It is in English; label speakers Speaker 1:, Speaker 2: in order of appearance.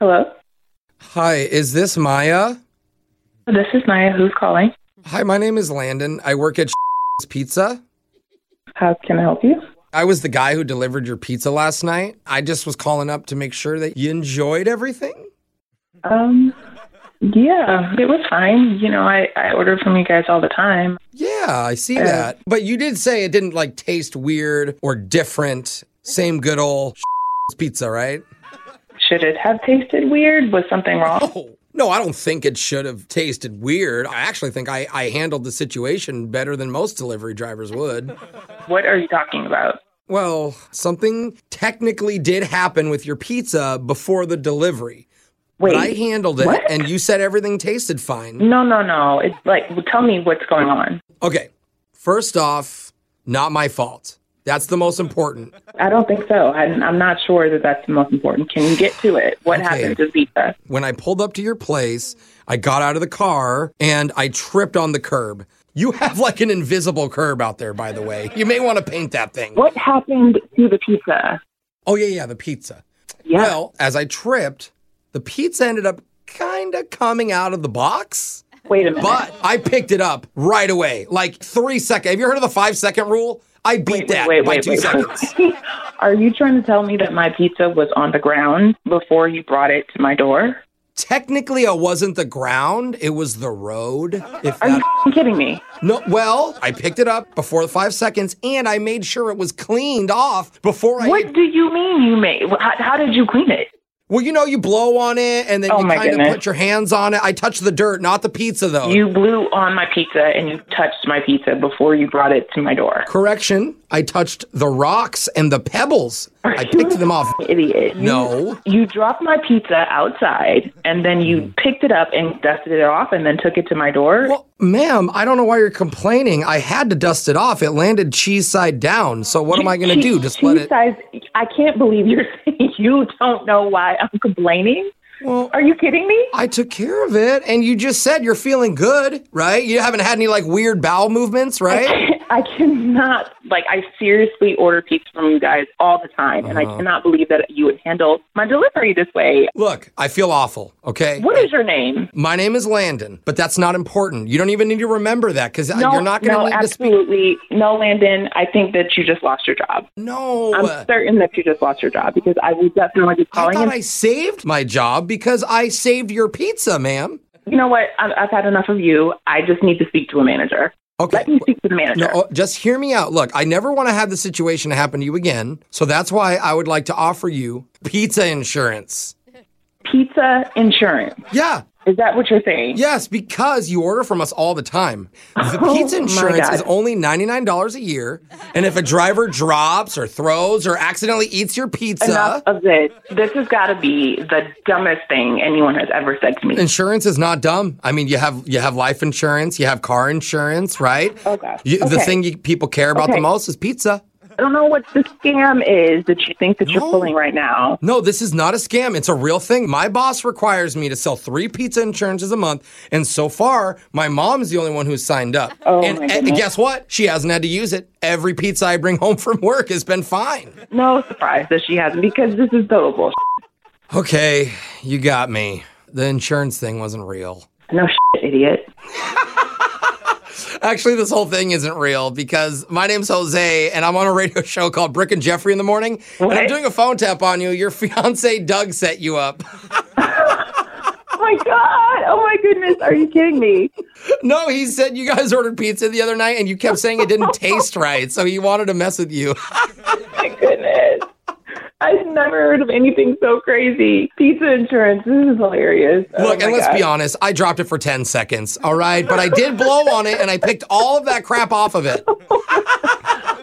Speaker 1: Hello?
Speaker 2: Hi, is this Maya?
Speaker 1: This is Maya. Who's calling?
Speaker 2: Hi, my name is Landon. I work at Pizza.
Speaker 1: How can I help you?
Speaker 2: I was the guy who delivered your pizza last night. I just was calling up to make sure that you enjoyed everything.
Speaker 1: Um, yeah, it was fine. You know, I, I order from you guys all the time.
Speaker 2: Yeah, I see that. But you did say it didn't like taste weird or different. Same good old pizza, right?
Speaker 1: Should it have tasted weird? Was something wrong?
Speaker 2: Oh, no, I don't think it should have tasted weird. I actually think I, I handled the situation better than most delivery drivers would.
Speaker 1: What are you talking about?
Speaker 2: Well, something technically did happen with your pizza before the delivery.
Speaker 1: Wait.
Speaker 2: But I handled it,
Speaker 1: what?
Speaker 2: and you said everything tasted fine.
Speaker 1: No, no, no. It's like, well, tell me what's going on.
Speaker 2: Okay, first off, not my fault. That's the most important.
Speaker 1: I don't think so. I'm, I'm not sure that that's the most important. Can you get to it? What
Speaker 2: Okay.
Speaker 1: happened to Vita?
Speaker 2: When I pulled up to your place, I got out of the car and I tripped on the curb. You have like an invisible curb out there, by the way. You may want to paint that thing.
Speaker 1: What happened to the pizza?
Speaker 2: Oh, yeah, yeah, the pizza.
Speaker 1: Yeah.
Speaker 2: Well, as I tripped, the pizza ended up kind of coming out of the box,
Speaker 1: Wait a minute.
Speaker 2: but I picked it up right away. Like three seconds. Have you heard of the five second rule? I beat that by two seconds.
Speaker 1: Are you trying to tell me that my pizza was on the ground before you brought it to my door?
Speaker 2: Technically, it wasn't the ground, it was the road. If
Speaker 1: Are you
Speaker 2: that,
Speaker 1: f***ing kidding me?
Speaker 2: no, well, I picked it up before the five seconds and I made sure it was cleaned off before I.
Speaker 1: What do you mean you made? How, how did you clean it?
Speaker 2: Well, you know, you blow on it and then
Speaker 1: Oh
Speaker 2: you
Speaker 1: my
Speaker 2: kind of
Speaker 1: goodness.
Speaker 2: put your hands on it. I touched the dirt, not the pizza, though.
Speaker 1: You blew on my pizza and you touched my pizza before you brought it to my door.
Speaker 2: Correction, I touched the rocks and the pebbles. I
Speaker 1: you
Speaker 2: picked them off.
Speaker 1: Idiot. You-
Speaker 2: No.
Speaker 1: You dropped my pizza outside and then you picked it up and dusted it off and then took it to my door.
Speaker 2: Well, ma'am, I don't know why you're complaining. I had to dust it off. It landed cheese side down. So what am I going to do? Just let it.
Speaker 1: Besides, I can't believe you're saying you don't know why I'm complaining.
Speaker 2: Well,
Speaker 1: Are you kidding me?
Speaker 2: I took care of it, and you just said you're feeling good, right? You haven't had any like weird bowel movements, right?
Speaker 1: I cannot, like, I seriously order pizza from you guys all the time, and I
Speaker 2: Uh-huh.
Speaker 1: cannot believe that you would handle my delivery this way.
Speaker 2: Look, I feel awful. Okay.
Speaker 1: What is your name?
Speaker 2: My name is Landon, but that's not important. You don't even need to remember that because you're not going
Speaker 1: no,
Speaker 2: need to speak.
Speaker 1: absolutely. No, Landon, I think that you just lost your job.
Speaker 2: No.
Speaker 1: I'm certain that you just lost your job because I will definitely be
Speaker 2: I
Speaker 1: calling
Speaker 2: thought
Speaker 1: him.
Speaker 2: I saved my job because I saved your pizza, ma'am.
Speaker 1: You know what? I, I've had enough of you. I just need to speak to a manager.
Speaker 2: Okay.
Speaker 1: Let me speak to the manager.
Speaker 2: No, oh, just hear me out. Look, I never want to have the situation happen to you again. So that's why I would like to offer you pizza insurance.
Speaker 1: Pizza insurance.
Speaker 2: Yeah.
Speaker 1: Is that what you're saying?
Speaker 2: Yes, because you order from us all the time. The
Speaker 1: Oh,
Speaker 2: pizza
Speaker 1: my
Speaker 2: insurance
Speaker 1: God.
Speaker 2: is only $99 a year. And if a driver drops or throws or accidentally eats your pizza,
Speaker 1: Enough of this. This has got to be the dumbest thing anyone has ever said to me.
Speaker 2: insurance is not dumb. I mean, you have you have life insurance, you have car insurance, right?
Speaker 1: Oh, gosh.
Speaker 2: You, The
Speaker 1: Okay.
Speaker 2: thing you, people care about the
Speaker 1: Okay.
Speaker 2: most is pizza.
Speaker 1: I don't know what the scam is that you think that you're
Speaker 2: No.
Speaker 1: pulling right now.
Speaker 2: No, this is not a scam. It's a real thing. My boss requires me to sell three pizza insurances a month, and so far, my mom's the only one who's signed up.
Speaker 1: Oh,
Speaker 2: and,
Speaker 1: my
Speaker 2: and
Speaker 1: goodness.
Speaker 2: guess what? She hasn't had to use it. Every pizza I bring home from work has been fine.
Speaker 1: No surprise that she hasn't because this is total bullshit.
Speaker 2: Okay, you got me. The insurance thing wasn't real.
Speaker 1: No shit, idiot.
Speaker 2: Actually, this whole thing isn't real because my name's Jose and I'm on a radio show called Brick and Jeffrey in the morning. And I'm
Speaker 1: What?
Speaker 2: doing a phone tap on you. Your fiance Doug set you up.
Speaker 1: Oh my god! Oh my goodness! Are you kidding me?
Speaker 2: No, he said you guys ordered pizza the other night and you kept saying it didn't taste right, so he wanted to mess with you.
Speaker 1: My goodness! I've never heard of anything so crazy. Pizza insurance. This is hilarious. Oh
Speaker 2: Look,
Speaker 1: my
Speaker 2: and let's
Speaker 1: God.
Speaker 2: be honest, I dropped it for 10 seconds, all right? But I did blow on it and I picked all of that crap off of it.